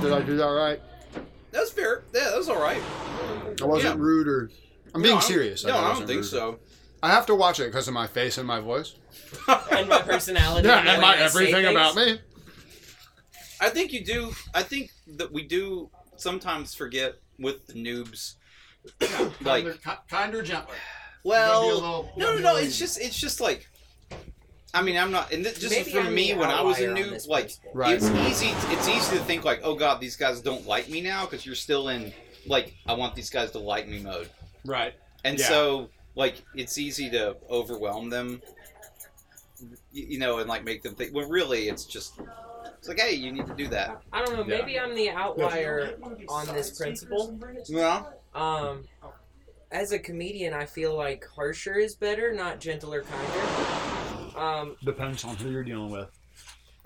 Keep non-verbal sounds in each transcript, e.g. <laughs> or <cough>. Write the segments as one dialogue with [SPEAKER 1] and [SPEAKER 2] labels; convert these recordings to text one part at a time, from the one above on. [SPEAKER 1] Did I do that right?
[SPEAKER 2] That's fair. Yeah, that's all right.
[SPEAKER 1] I wasn't
[SPEAKER 2] Yeah.
[SPEAKER 1] rude or. I'm being
[SPEAKER 2] No, I don't-
[SPEAKER 1] serious.
[SPEAKER 2] No, I,
[SPEAKER 1] wasn't
[SPEAKER 2] don't think
[SPEAKER 1] rude.
[SPEAKER 2] so.
[SPEAKER 1] I have to watch it because of my face and my voice.
[SPEAKER 3] <laughs> and my personality.
[SPEAKER 1] Yeah,
[SPEAKER 3] the
[SPEAKER 1] and
[SPEAKER 3] way
[SPEAKER 1] my
[SPEAKER 3] I say
[SPEAKER 1] everything
[SPEAKER 3] things.
[SPEAKER 1] about me.
[SPEAKER 2] I think you do. I think that we do sometimes forget with the noobs. Like-
[SPEAKER 4] kinder, ki- kinder, gentler. Gotta be a
[SPEAKER 2] Well,
[SPEAKER 4] little-
[SPEAKER 2] no, no, no. It's just, it's just like. I mean, I'm not, and this, just
[SPEAKER 3] Maybe
[SPEAKER 2] for
[SPEAKER 3] I'm
[SPEAKER 2] me
[SPEAKER 3] the
[SPEAKER 2] when I was a
[SPEAKER 3] outlier
[SPEAKER 2] noob,
[SPEAKER 3] on this
[SPEAKER 2] like
[SPEAKER 3] principle.
[SPEAKER 1] Right.
[SPEAKER 2] it's easy, it's easy to think like, oh god, these guys don't like me now because you're still in like I want these guys to like me mode.
[SPEAKER 4] right.
[SPEAKER 2] And
[SPEAKER 4] Yeah.
[SPEAKER 2] so, like, it's easy to overwhelm them, y- you know, and like make them think. Well, really, it's just it's like, hey, you need to do that.
[SPEAKER 3] I don't know.
[SPEAKER 4] Yeah.
[SPEAKER 3] Maybe I'm the outlier on this principle.
[SPEAKER 2] Well,
[SPEAKER 3] Um, as a comedian, I feel like harsher is better, not gentler, kinder. Um,
[SPEAKER 5] Depends on who you're dealing with.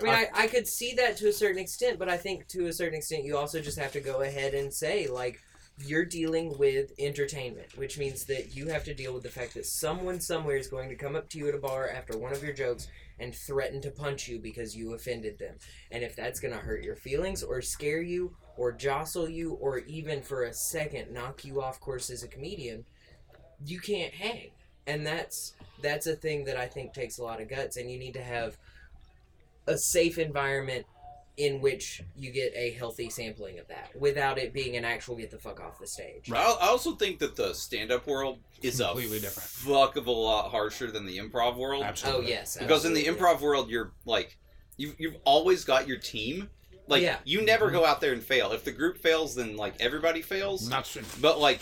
[SPEAKER 3] I mean, I, I could see that to a certain extent, but I think to a certain extent, you also just have to go ahead and say, like, you're dealing with entertainment, which means that you have to deal with the fact that someone somewhere is going to come up to you at a bar after one of your jokes and threaten to punch you because you offended them. And if that's going to hurt your feelings or scare you or jostle you or even for a second knock you off course as a comedian, you can't hang. And that's that's a thing that I think takes a lot of guts and you need to have a safe environment in which you get a healthy sampling of that without it being an actual get the fuck off the stage.
[SPEAKER 2] I I also think that the stand-up world is
[SPEAKER 4] Completely
[SPEAKER 2] a
[SPEAKER 4] different.
[SPEAKER 2] fuck of a lot harsher than the improv world.
[SPEAKER 3] Oh
[SPEAKER 4] Absolutely.
[SPEAKER 3] yes.
[SPEAKER 2] Because in the
[SPEAKER 3] absolutely.
[SPEAKER 2] improv world, you're like, you've you've always got your team. Like,
[SPEAKER 3] Yeah. Mm-hmm.
[SPEAKER 2] you never go out there and fail. If the group fails, then like everybody fails.
[SPEAKER 1] Not soon.
[SPEAKER 2] But like,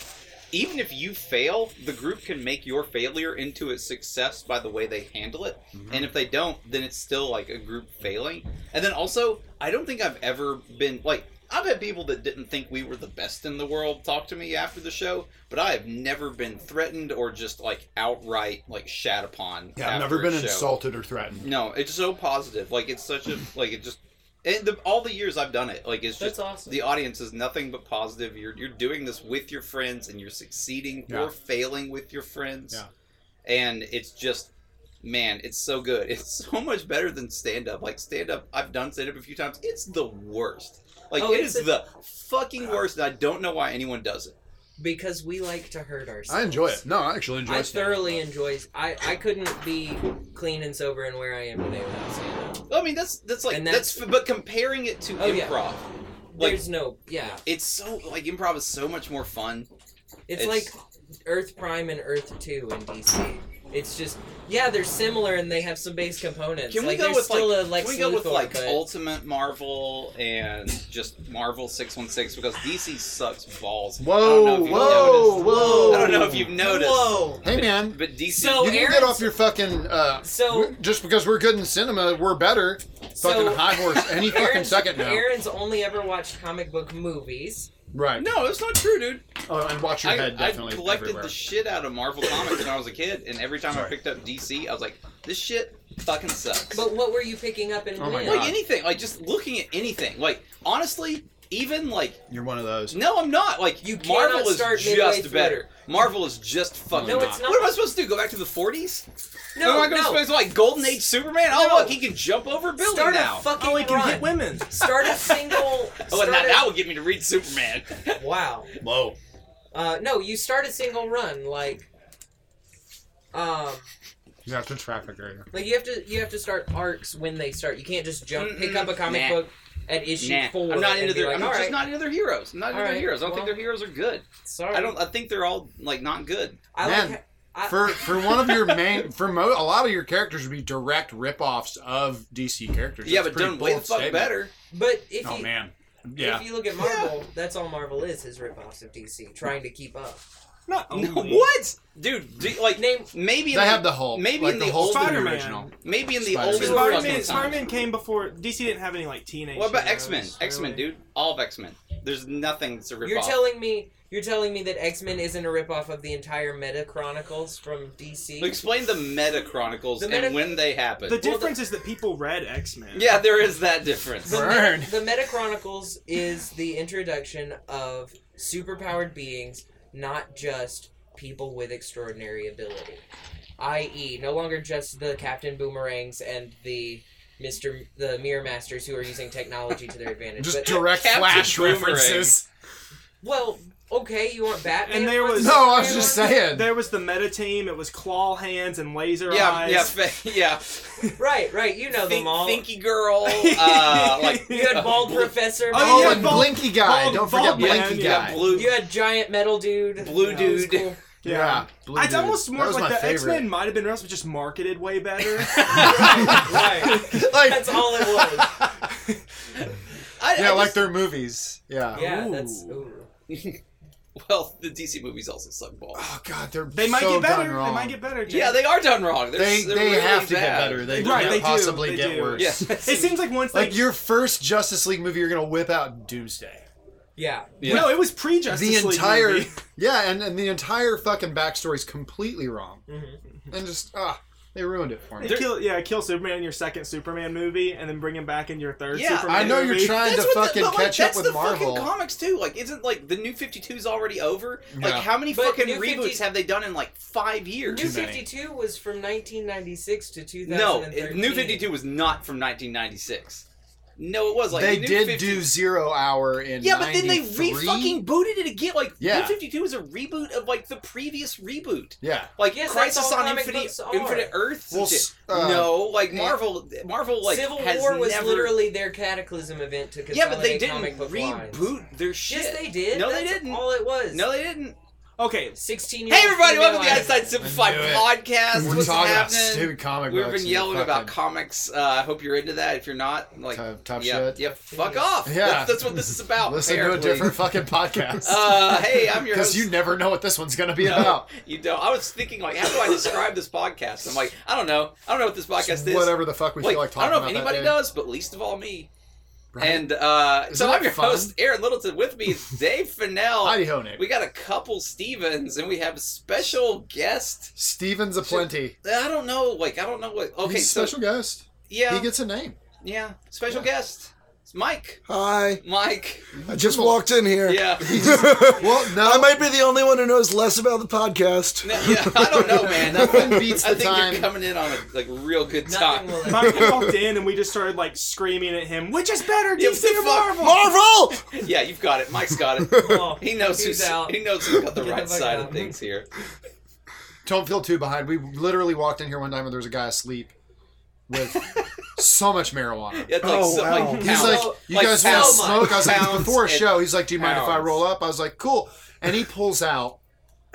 [SPEAKER 2] even if you fail, the group can make your failure into a success by the way they handle it.
[SPEAKER 5] Mm-hmm.
[SPEAKER 2] And if they don't, then it's still like a group failing. And then also, I don't think I've ever been like I've had people that didn't think we were the best in the world talk to me after the show, but I have never been threatened or just like outright like shat upon.
[SPEAKER 5] Yeah, I've
[SPEAKER 2] after
[SPEAKER 5] never
[SPEAKER 2] a
[SPEAKER 5] been
[SPEAKER 2] show.
[SPEAKER 5] insulted or threatened.
[SPEAKER 2] No, it's so positive. Like it's such a like it just. And the, all the years I've done it, like it's
[SPEAKER 3] That's
[SPEAKER 2] just
[SPEAKER 3] awesome.
[SPEAKER 2] the audience is nothing but positive. You're you're doing this with your friends, and you're succeeding
[SPEAKER 5] Yeah.
[SPEAKER 2] or failing with your friends.
[SPEAKER 5] Yeah.
[SPEAKER 2] And it's just, man, it's so good. <laughs> It's so much better than stand up. Like stand up, I've done stand up a few times. It's the worst. Like
[SPEAKER 3] Oh,
[SPEAKER 2] it
[SPEAKER 3] it's
[SPEAKER 2] is
[SPEAKER 3] a-
[SPEAKER 2] the fucking worst, and I don't know why anyone does it.
[SPEAKER 3] because we like to hurt ourselves.
[SPEAKER 1] I enjoy it. No, I actually enjoy
[SPEAKER 3] I
[SPEAKER 1] it.
[SPEAKER 3] thoroughly enjoy. I I couldn't be clean and sober and where I am today without stand up.
[SPEAKER 2] I mean, that's that's like
[SPEAKER 3] And
[SPEAKER 2] that's,
[SPEAKER 3] that's-
[SPEAKER 2] but comparing it to
[SPEAKER 3] Oh, yeah.
[SPEAKER 2] improv, like
[SPEAKER 3] There's no yeah.
[SPEAKER 2] it's so like improv is so much more fun.
[SPEAKER 3] It's,
[SPEAKER 2] It's-
[SPEAKER 3] like Earth Prime and Earth Two in DC. It's just yeah, they're similar and they have some base components.
[SPEAKER 2] Can we
[SPEAKER 3] like,
[SPEAKER 2] go
[SPEAKER 3] there's
[SPEAKER 2] with
[SPEAKER 3] still
[SPEAKER 2] like?
[SPEAKER 3] a Lex
[SPEAKER 2] can we go with
[SPEAKER 3] Luthor,
[SPEAKER 2] like
[SPEAKER 3] but-
[SPEAKER 2] Ultimate Marvel and just Marvel six one six because DC sucks balls. I don't know
[SPEAKER 1] Whoa,
[SPEAKER 2] if you've
[SPEAKER 1] whoa,
[SPEAKER 2] noticed.
[SPEAKER 1] whoa.
[SPEAKER 2] I don't know if you've noticed. Oh,
[SPEAKER 3] Whoa.
[SPEAKER 1] Hey, man.
[SPEAKER 2] But DC,
[SPEAKER 3] So-
[SPEAKER 1] you can get
[SPEAKER 3] Aaron's-
[SPEAKER 1] off your fucking. Uh,
[SPEAKER 3] So-
[SPEAKER 1] just because we're good in cinema, we're better. Fucking
[SPEAKER 3] So-
[SPEAKER 1] high horse
[SPEAKER 2] <laughs>
[SPEAKER 1] any fucking
[SPEAKER 3] Aaron's,
[SPEAKER 1] second now.
[SPEAKER 3] Aaron's only ever watched comic book movies.
[SPEAKER 1] Right.
[SPEAKER 2] no, it's not true, dude.
[SPEAKER 1] Oh, and watch your
[SPEAKER 2] I,
[SPEAKER 1] head
[SPEAKER 2] I
[SPEAKER 1] definitely
[SPEAKER 2] collected
[SPEAKER 1] everywhere.
[SPEAKER 2] the shit out of Marvel comics when I was a kid, and every time I picked up DC, I was like, this shit fucking sucks.
[SPEAKER 3] But what were you picking up and
[SPEAKER 1] Oh my
[SPEAKER 3] when?
[SPEAKER 1] God.
[SPEAKER 2] like anything, like just looking at anything, like honestly, even like
[SPEAKER 1] You're one of those.
[SPEAKER 2] No, I'm not. Like
[SPEAKER 3] You
[SPEAKER 2] Marvel
[SPEAKER 3] cannot
[SPEAKER 2] is
[SPEAKER 3] start midway
[SPEAKER 2] just
[SPEAKER 3] through.
[SPEAKER 2] better. Marvel is just fucking.
[SPEAKER 3] No, it's not.
[SPEAKER 2] What am I supposed to do? Go back to the 40s?
[SPEAKER 3] No,
[SPEAKER 2] am I gonna
[SPEAKER 3] no.
[SPEAKER 2] supposed to like Golden Age Superman? Oh
[SPEAKER 3] No.
[SPEAKER 2] look, he can jump over a building
[SPEAKER 3] Start
[SPEAKER 2] now.
[SPEAKER 3] a fucking
[SPEAKER 5] Oh, he can
[SPEAKER 3] run.
[SPEAKER 5] hit women.
[SPEAKER 3] Start a single.
[SPEAKER 2] <laughs> oh, and that,
[SPEAKER 3] start a-
[SPEAKER 2] that would get me to read Superman.
[SPEAKER 3] Wow.
[SPEAKER 5] Whoa.
[SPEAKER 3] Uh, no, you start a single run, like, um,
[SPEAKER 5] You have to traffic area.
[SPEAKER 3] like you have to you have to start arcs when they start. You can't just jump pick
[SPEAKER 2] Mm-mm.
[SPEAKER 3] up a comic
[SPEAKER 2] Nah.
[SPEAKER 3] book at issue
[SPEAKER 2] nah,
[SPEAKER 3] four.
[SPEAKER 2] I'm not
[SPEAKER 3] and
[SPEAKER 2] into
[SPEAKER 3] be
[SPEAKER 2] their.
[SPEAKER 3] like,
[SPEAKER 2] I'm
[SPEAKER 3] "All
[SPEAKER 2] just
[SPEAKER 3] right,
[SPEAKER 2] not into their heroes. I'm not into
[SPEAKER 3] All
[SPEAKER 2] their
[SPEAKER 3] right,
[SPEAKER 2] heroes. I don't think
[SPEAKER 3] well.
[SPEAKER 2] their heroes are good.
[SPEAKER 3] Sorry,
[SPEAKER 2] I don't. I think they're all like not good.
[SPEAKER 3] I
[SPEAKER 1] Man,
[SPEAKER 3] like. I,
[SPEAKER 1] For for one of
[SPEAKER 5] <laughs>
[SPEAKER 1] your main for mo- a lot of your characters would be direct rip-offs of DC characters.
[SPEAKER 2] yeah,
[SPEAKER 1] That's
[SPEAKER 2] but
[SPEAKER 1] pretty
[SPEAKER 2] done way the
[SPEAKER 1] bold
[SPEAKER 2] fuck
[SPEAKER 1] statement.
[SPEAKER 2] better.
[SPEAKER 3] but if
[SPEAKER 5] Oh
[SPEAKER 3] you
[SPEAKER 5] man. Yeah.
[SPEAKER 3] if you look at Marvel, that's all Marvel is is ripoffs of DC, trying to keep up.
[SPEAKER 5] Not
[SPEAKER 2] No,
[SPEAKER 5] only.
[SPEAKER 2] what, dude? Do, like
[SPEAKER 3] Name
[SPEAKER 2] maybe in
[SPEAKER 1] They
[SPEAKER 2] the,
[SPEAKER 1] have the Hulk.
[SPEAKER 2] Maybe
[SPEAKER 1] like
[SPEAKER 2] in
[SPEAKER 1] the,
[SPEAKER 2] the
[SPEAKER 1] Hulk's
[SPEAKER 2] olden-
[SPEAKER 1] the
[SPEAKER 5] Spider-Man.
[SPEAKER 1] original.
[SPEAKER 2] maybe in the
[SPEAKER 1] Spider-Man.
[SPEAKER 2] oldest
[SPEAKER 5] Spider-Man,
[SPEAKER 2] fucking
[SPEAKER 5] Spider-Man came before DC didn't have any like teenage.
[SPEAKER 2] What about
[SPEAKER 5] heroes,
[SPEAKER 2] X Men? X Men,
[SPEAKER 5] really.
[SPEAKER 2] dude. All of X Men. There's nothing to rip
[SPEAKER 3] You're
[SPEAKER 2] off.
[SPEAKER 3] telling me you're telling me that X Men isn't a ripoff of the entire Meta Chronicles from DC.
[SPEAKER 2] Explain the Meta Chronicles
[SPEAKER 3] The Meta-
[SPEAKER 2] and when they happened.
[SPEAKER 4] The difference is that people read X Men.
[SPEAKER 2] yeah, there is that difference.
[SPEAKER 3] The,
[SPEAKER 1] Burn.
[SPEAKER 3] Meta, the Meta Chronicles is the introduction of superpowered beings, not just people with extraordinary ability. I.e., no longer just the Captain Boomerangs and the Mr. the Mirror Masters who are using technology to their advantage.
[SPEAKER 1] Just
[SPEAKER 3] but,
[SPEAKER 1] direct
[SPEAKER 2] Captain
[SPEAKER 1] Flash
[SPEAKER 2] Boomerang.
[SPEAKER 1] references.
[SPEAKER 3] well, okay, you want Batman?
[SPEAKER 5] And there
[SPEAKER 3] for
[SPEAKER 5] was-
[SPEAKER 3] the
[SPEAKER 1] No, I was
[SPEAKER 3] Superman
[SPEAKER 1] just
[SPEAKER 3] one?
[SPEAKER 1] saying.
[SPEAKER 5] There was the meta team. It was claw hands and laser
[SPEAKER 2] Yeah,
[SPEAKER 5] eyes.
[SPEAKER 2] yeah, fa- <laughs> yeah.
[SPEAKER 3] Right, right. You know
[SPEAKER 2] Think,
[SPEAKER 3] them all.
[SPEAKER 2] thinky girl,
[SPEAKER 5] <laughs>
[SPEAKER 2] uh, like
[SPEAKER 3] you had Bald
[SPEAKER 2] uh,
[SPEAKER 3] Professor.
[SPEAKER 5] Oh,
[SPEAKER 1] Oh,
[SPEAKER 5] yeah,
[SPEAKER 1] and
[SPEAKER 5] Bald-
[SPEAKER 1] Blinky Guy.
[SPEAKER 5] Bald-
[SPEAKER 1] Don't forget
[SPEAKER 5] Bald Man,
[SPEAKER 1] Blinky
[SPEAKER 5] yeah,
[SPEAKER 1] Guy.
[SPEAKER 2] blue, <laughs>
[SPEAKER 3] You had Giant Metal Dude.
[SPEAKER 2] blue
[SPEAKER 3] That was
[SPEAKER 2] dude.
[SPEAKER 3] cool.
[SPEAKER 1] Yeah. Blue
[SPEAKER 5] It's
[SPEAKER 1] dude.
[SPEAKER 5] almost
[SPEAKER 1] That
[SPEAKER 5] more
[SPEAKER 1] was
[SPEAKER 5] like
[SPEAKER 1] my
[SPEAKER 5] the X
[SPEAKER 1] favorite.
[SPEAKER 5] Men might have been Russ, but just marketed way better.
[SPEAKER 3] Right.
[SPEAKER 1] <laughs> like,
[SPEAKER 3] That's all it was.
[SPEAKER 2] I,
[SPEAKER 1] yeah,
[SPEAKER 2] I
[SPEAKER 1] like
[SPEAKER 2] just-
[SPEAKER 1] their movies. Yeah.
[SPEAKER 3] Yeah, that's.
[SPEAKER 5] Ooh.
[SPEAKER 3] Ooh.
[SPEAKER 2] well, the DC movies also suck balls.
[SPEAKER 1] Oh God, they're
[SPEAKER 5] they might
[SPEAKER 1] so
[SPEAKER 5] get
[SPEAKER 1] done
[SPEAKER 5] better. They
[SPEAKER 1] wrong.
[SPEAKER 5] might get better. Jack.
[SPEAKER 2] Yeah, they are done wrong. They're,
[SPEAKER 1] They
[SPEAKER 2] s- they're
[SPEAKER 1] they
[SPEAKER 2] really
[SPEAKER 1] have to
[SPEAKER 2] bad.
[SPEAKER 1] get better. They
[SPEAKER 5] Right,
[SPEAKER 1] can't
[SPEAKER 5] they do,
[SPEAKER 1] possibly
[SPEAKER 5] they
[SPEAKER 1] get
[SPEAKER 5] do.
[SPEAKER 1] worse.
[SPEAKER 2] Yeah. <laughs>
[SPEAKER 5] It seems like once they
[SPEAKER 1] Like your first Justice League movie, you're gonna whip out Doomsday.
[SPEAKER 3] Yeah.
[SPEAKER 2] Yeah.
[SPEAKER 5] no, it was pre Justice
[SPEAKER 1] the entire
[SPEAKER 5] League
[SPEAKER 1] yeah, and, and the entire fucking backstory is completely wrong,
[SPEAKER 3] Mhm.
[SPEAKER 2] Mm-hmm.
[SPEAKER 1] and just ah, they ruined it for me.
[SPEAKER 5] movie. Kill, yeah, kill Superman in your second Superman movie, and then bring him back in your third.
[SPEAKER 2] Yeah,
[SPEAKER 5] Superman
[SPEAKER 1] I know
[SPEAKER 5] movie.
[SPEAKER 1] you're trying to
[SPEAKER 2] what
[SPEAKER 1] fucking
[SPEAKER 2] but, like,
[SPEAKER 1] catch
[SPEAKER 2] that's
[SPEAKER 1] up with
[SPEAKER 2] the
[SPEAKER 1] Marvel.
[SPEAKER 2] fucking comics too. Like, isn't like the New 52's already over? Like,
[SPEAKER 1] Yeah.
[SPEAKER 2] how many
[SPEAKER 3] But
[SPEAKER 2] fucking
[SPEAKER 3] New
[SPEAKER 2] reboots
[SPEAKER 3] 50
[SPEAKER 2] have they done in like five years?
[SPEAKER 3] New
[SPEAKER 1] many.
[SPEAKER 3] 52 was from 1996 to
[SPEAKER 2] no,
[SPEAKER 3] 2013.
[SPEAKER 2] it- New 52 was not from 1996. No, it was like
[SPEAKER 1] they
[SPEAKER 2] New
[SPEAKER 1] did
[SPEAKER 2] 50
[SPEAKER 1] do Zero Hour in
[SPEAKER 2] Yeah, but then they re
[SPEAKER 1] 93?
[SPEAKER 2] fucking booted it again. Like
[SPEAKER 1] Yeah.
[SPEAKER 2] New 52 is a reboot of like the previous reboot.
[SPEAKER 1] yeah.
[SPEAKER 2] Like
[SPEAKER 3] Yes, that's
[SPEAKER 2] Crisis
[SPEAKER 3] all
[SPEAKER 2] on
[SPEAKER 3] comic
[SPEAKER 2] Infinite
[SPEAKER 3] books are.
[SPEAKER 2] Infinite Earth.
[SPEAKER 1] Well, s- uh,
[SPEAKER 2] no, like
[SPEAKER 1] yeah.
[SPEAKER 2] Marvel, Marvel like
[SPEAKER 3] Civil
[SPEAKER 2] has
[SPEAKER 3] War was
[SPEAKER 2] never-
[SPEAKER 3] literally their cataclysm event to
[SPEAKER 2] Yeah, but they
[SPEAKER 3] consolidate
[SPEAKER 2] didn't
[SPEAKER 3] comic book lines.
[SPEAKER 2] reboot their shit.
[SPEAKER 3] Yes, they did.
[SPEAKER 2] No, they
[SPEAKER 3] That's
[SPEAKER 2] didn't.
[SPEAKER 3] All it was.
[SPEAKER 2] No, they didn't.
[SPEAKER 5] Okay,
[SPEAKER 3] 16 year
[SPEAKER 2] Hey, everybody! Welcome to the
[SPEAKER 3] Outside.
[SPEAKER 2] Outside Simplified
[SPEAKER 1] I knew it.
[SPEAKER 2] podcast.
[SPEAKER 1] We're
[SPEAKER 2] What's
[SPEAKER 1] talking about
[SPEAKER 2] happening?
[SPEAKER 1] stupid comic
[SPEAKER 2] We've
[SPEAKER 1] books.
[SPEAKER 2] been
[SPEAKER 1] and
[SPEAKER 2] yelling about
[SPEAKER 1] fucking
[SPEAKER 2] comics. Uh, I hope you're into that. If you're not, like,
[SPEAKER 1] tough, tough
[SPEAKER 2] yeah,
[SPEAKER 1] shit.
[SPEAKER 2] yeah, fuck off.
[SPEAKER 1] Yeah.
[SPEAKER 2] that's, that's what this is about.
[SPEAKER 1] Listen
[SPEAKER 2] apparently.
[SPEAKER 1] to a different fucking podcast.
[SPEAKER 2] <laughs> Uh, hey, I'm
[SPEAKER 1] <laughs>
[SPEAKER 2] your host.
[SPEAKER 1] Because you never know what this one's gonna be
[SPEAKER 2] No,
[SPEAKER 1] about.
[SPEAKER 2] You don't. I was thinking, like, how do I describe this podcast? I'm like, I don't know. I don't know what this podcast is.
[SPEAKER 1] Whatever the fuck we
[SPEAKER 2] Like,
[SPEAKER 1] feel like
[SPEAKER 2] I
[SPEAKER 1] talking
[SPEAKER 2] don't know if
[SPEAKER 1] about
[SPEAKER 2] anybody
[SPEAKER 1] that day.
[SPEAKER 2] does, but least of all me.
[SPEAKER 1] Right?
[SPEAKER 2] And uh,
[SPEAKER 1] Isn't
[SPEAKER 2] so I'm
[SPEAKER 1] that
[SPEAKER 2] your
[SPEAKER 1] fun?
[SPEAKER 2] host, Aaron Littleton. With me is Dave Fennell.
[SPEAKER 1] Heidi Honig.
[SPEAKER 2] We got a couple Stevens, and we have a special guest.
[SPEAKER 1] Steven's aplenty.
[SPEAKER 2] I don't know, like I don't know what. Okay,
[SPEAKER 1] He's a
[SPEAKER 2] so
[SPEAKER 1] special guest.
[SPEAKER 2] yeah,
[SPEAKER 1] He gets a name.
[SPEAKER 2] yeah, special
[SPEAKER 1] Yeah.
[SPEAKER 2] guest. It's Mike,
[SPEAKER 6] Hi.
[SPEAKER 2] Mike.
[SPEAKER 6] I just walked in here.
[SPEAKER 2] <laughs>
[SPEAKER 6] <laughs>
[SPEAKER 3] <laughs>
[SPEAKER 2] Yeah,
[SPEAKER 1] <laughs> Well, no,
[SPEAKER 6] I might be the only one who knows less about the podcast.
[SPEAKER 2] No, yeah. I don't know, man. I
[SPEAKER 1] nothing beats the
[SPEAKER 2] think
[SPEAKER 1] time.
[SPEAKER 2] you're coming in on a like real good
[SPEAKER 3] Nothing
[SPEAKER 2] time.
[SPEAKER 3] will ever-
[SPEAKER 5] Mike walked in and we just started like screaming at him, which is better,
[SPEAKER 2] Yeah,
[SPEAKER 5] DC or
[SPEAKER 2] fuck-
[SPEAKER 5] Marvel?
[SPEAKER 6] Marvel!
[SPEAKER 2] <laughs> Yeah, you've got it. Mike's got
[SPEAKER 3] <laughs>
[SPEAKER 2] it.
[SPEAKER 3] Oh,
[SPEAKER 2] He knows
[SPEAKER 3] He's
[SPEAKER 2] who's
[SPEAKER 3] out.
[SPEAKER 2] he knows who's got the
[SPEAKER 3] <laughs> Get the
[SPEAKER 2] right
[SPEAKER 3] fuck
[SPEAKER 2] side
[SPEAKER 3] out.
[SPEAKER 2] of things here.
[SPEAKER 1] don't feel too behind. We literally walked in here one time and there was a guy asleep
[SPEAKER 2] <laughs>
[SPEAKER 1] with so much marijuana.
[SPEAKER 2] It's like,
[SPEAKER 6] Oh,
[SPEAKER 2] so, like,
[SPEAKER 6] wow.
[SPEAKER 1] He's
[SPEAKER 2] pounds-
[SPEAKER 1] like,
[SPEAKER 3] So,
[SPEAKER 1] you
[SPEAKER 2] like,
[SPEAKER 1] guys want to
[SPEAKER 2] pounds-
[SPEAKER 1] smoke? I was like,
[SPEAKER 2] pounds
[SPEAKER 1] before a
[SPEAKER 2] and-
[SPEAKER 1] show, he's like, do you mind if I
[SPEAKER 2] pounds.
[SPEAKER 1] roll up? I was like, cool. And he pulls
[SPEAKER 2] <laughs>
[SPEAKER 1] out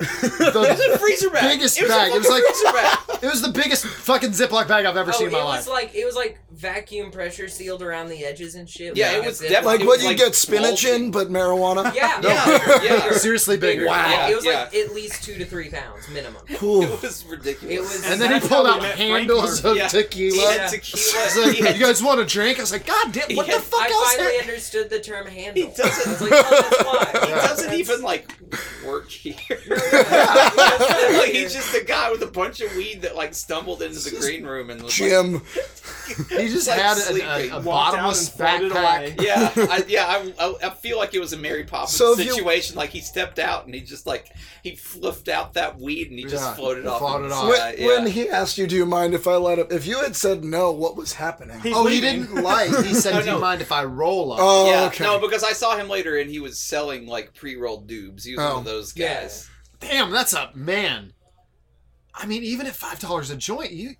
[SPEAKER 2] <laughs> It was
[SPEAKER 1] the
[SPEAKER 2] a freezer bag.
[SPEAKER 1] biggest
[SPEAKER 2] it was
[SPEAKER 1] bag.
[SPEAKER 2] A
[SPEAKER 1] It was
[SPEAKER 2] fucking
[SPEAKER 1] like-
[SPEAKER 2] freezer bag.
[SPEAKER 1] <laughs> It was the biggest fucking Ziploc bag I've ever
[SPEAKER 3] Oh,
[SPEAKER 1] seen
[SPEAKER 3] it
[SPEAKER 1] in my life.
[SPEAKER 3] was like it was like vacuum pressure sealed around the edges and shit.
[SPEAKER 2] Yeah,
[SPEAKER 3] Like,
[SPEAKER 2] it was
[SPEAKER 3] zip-
[SPEAKER 2] definitely-
[SPEAKER 6] Like
[SPEAKER 2] It
[SPEAKER 6] what
[SPEAKER 2] was
[SPEAKER 6] you
[SPEAKER 2] like
[SPEAKER 6] get spinach
[SPEAKER 2] bulging.
[SPEAKER 6] in, but marijuana.
[SPEAKER 3] Yeah,
[SPEAKER 2] No.
[SPEAKER 3] yeah,
[SPEAKER 2] Yeah.
[SPEAKER 1] Seriously big.
[SPEAKER 3] bigger.
[SPEAKER 1] Wow.
[SPEAKER 3] Yeah, it was
[SPEAKER 2] Yeah.
[SPEAKER 3] like at least two to three pounds minimum.
[SPEAKER 6] Cool.
[SPEAKER 2] It was ridiculous.
[SPEAKER 3] It was-
[SPEAKER 1] And then he
[SPEAKER 5] That's
[SPEAKER 1] pulled
[SPEAKER 5] how we
[SPEAKER 1] out
[SPEAKER 5] met Frank
[SPEAKER 1] handles
[SPEAKER 2] Martin.
[SPEAKER 1] of
[SPEAKER 2] Yeah.
[SPEAKER 1] tequila.
[SPEAKER 2] He had
[SPEAKER 1] He's
[SPEAKER 2] tequila.
[SPEAKER 1] like,
[SPEAKER 2] He had
[SPEAKER 1] you guys want a drink? I was like, God damn, what
[SPEAKER 2] Yeah.
[SPEAKER 1] the fuck
[SPEAKER 3] I
[SPEAKER 1] else? <laughs>
[SPEAKER 3] finally
[SPEAKER 1] here?
[SPEAKER 3] understood the term handle.
[SPEAKER 2] He doesn't-
[SPEAKER 3] I was like, oh, that's why.
[SPEAKER 2] He
[SPEAKER 1] Yeah.
[SPEAKER 2] doesn't even like
[SPEAKER 1] <laughs>
[SPEAKER 2] work here. <laughs> like
[SPEAKER 3] like,
[SPEAKER 2] he's just a guy with a bunch of weed that like stumbled into the green room and was
[SPEAKER 6] Jim.
[SPEAKER 1] He just
[SPEAKER 2] like
[SPEAKER 1] had
[SPEAKER 2] sleeping.
[SPEAKER 1] a, a, a
[SPEAKER 2] Walked
[SPEAKER 5] out
[SPEAKER 1] bottomless
[SPEAKER 5] and floated away.
[SPEAKER 1] backpack.
[SPEAKER 2] like, yeah,
[SPEAKER 6] <laughs>
[SPEAKER 2] I, yeah. I, I, I feel like it was a Mary Poppins
[SPEAKER 6] So if you-
[SPEAKER 2] situation. Like he stepped out and he just like he fluffed out that weed and he just
[SPEAKER 1] Yeah,
[SPEAKER 2] floated
[SPEAKER 1] he
[SPEAKER 2] off.
[SPEAKER 1] floated
[SPEAKER 2] and,
[SPEAKER 1] off.
[SPEAKER 6] When,
[SPEAKER 2] Uh, yeah.
[SPEAKER 6] when he asked you, do you mind if I light up? If you had said no, what was happening?
[SPEAKER 5] He's
[SPEAKER 1] Oh, he
[SPEAKER 5] leaving.
[SPEAKER 1] didn't like. He said,
[SPEAKER 2] No,
[SPEAKER 1] "Do you
[SPEAKER 2] no.
[SPEAKER 1] mind if <laughs> I Uh, roll up?"
[SPEAKER 6] Oh,
[SPEAKER 2] yeah,
[SPEAKER 6] okay.
[SPEAKER 2] no, because I saw him later and he was selling like pre-rolled dubs. He was one
[SPEAKER 6] Oh.
[SPEAKER 2] of those
[SPEAKER 3] Yeah.
[SPEAKER 2] guys.
[SPEAKER 1] Damn, that's a man. I mean, even at five dollars a joint, you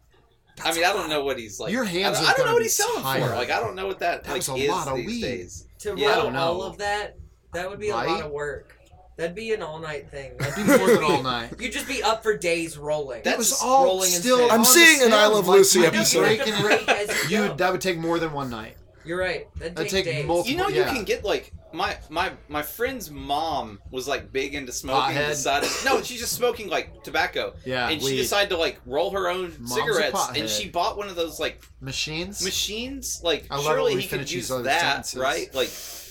[SPEAKER 2] I mean, I don't know what he's like.
[SPEAKER 1] Your hands
[SPEAKER 2] I
[SPEAKER 1] are
[SPEAKER 2] don't, I don't
[SPEAKER 1] gonna
[SPEAKER 2] know what
[SPEAKER 1] be
[SPEAKER 2] he's selling for.
[SPEAKER 1] tired.
[SPEAKER 2] Like, I don't know what that,
[SPEAKER 1] That was
[SPEAKER 2] like
[SPEAKER 1] a
[SPEAKER 2] is
[SPEAKER 1] lot of
[SPEAKER 2] these
[SPEAKER 1] weed.
[SPEAKER 2] days.
[SPEAKER 3] to
[SPEAKER 2] Yeah, I
[SPEAKER 3] roll
[SPEAKER 1] don't know.
[SPEAKER 3] all of that, that would be a lot
[SPEAKER 1] Right?
[SPEAKER 3] of work. That'd be an all-night thing. That'd be
[SPEAKER 1] more
[SPEAKER 3] just
[SPEAKER 1] than
[SPEAKER 3] be-
[SPEAKER 1] all night.
[SPEAKER 3] You'd just be up for days rolling.
[SPEAKER 2] That-
[SPEAKER 1] It was
[SPEAKER 2] just
[SPEAKER 1] all
[SPEAKER 2] rolling and
[SPEAKER 1] still.
[SPEAKER 2] sand.
[SPEAKER 6] I'm
[SPEAKER 1] on
[SPEAKER 6] seeing
[SPEAKER 1] the
[SPEAKER 6] an I
[SPEAKER 1] sand,
[SPEAKER 6] Love
[SPEAKER 1] like,
[SPEAKER 6] Lucy
[SPEAKER 1] you'd be
[SPEAKER 6] episode.
[SPEAKER 3] You have
[SPEAKER 1] breaking
[SPEAKER 3] to
[SPEAKER 1] it.
[SPEAKER 3] break <laughs> as you
[SPEAKER 1] You
[SPEAKER 3] go.
[SPEAKER 1] would that would take more than one night.
[SPEAKER 3] You're right. That'd
[SPEAKER 1] That'd
[SPEAKER 3] take,
[SPEAKER 1] take
[SPEAKER 3] days.
[SPEAKER 1] multiple-
[SPEAKER 2] You know,
[SPEAKER 1] Yeah.
[SPEAKER 2] you can get like my my my friend's mom was like big into smoking.
[SPEAKER 1] Pothead.
[SPEAKER 2] and Decided no, she's just smoking like tobacco,
[SPEAKER 1] Yeah,
[SPEAKER 2] and she
[SPEAKER 1] weed.
[SPEAKER 2] decided to like roll her own
[SPEAKER 1] Mom's a
[SPEAKER 2] cigarettes, and
[SPEAKER 1] pothead.
[SPEAKER 2] she bought one of those like
[SPEAKER 1] Machines.
[SPEAKER 2] machines. Like,
[SPEAKER 1] I love it
[SPEAKER 2] surely
[SPEAKER 1] when we
[SPEAKER 2] he could
[SPEAKER 1] finish
[SPEAKER 2] use
[SPEAKER 1] these other
[SPEAKER 2] that,
[SPEAKER 1] sentences.
[SPEAKER 2] right? Like.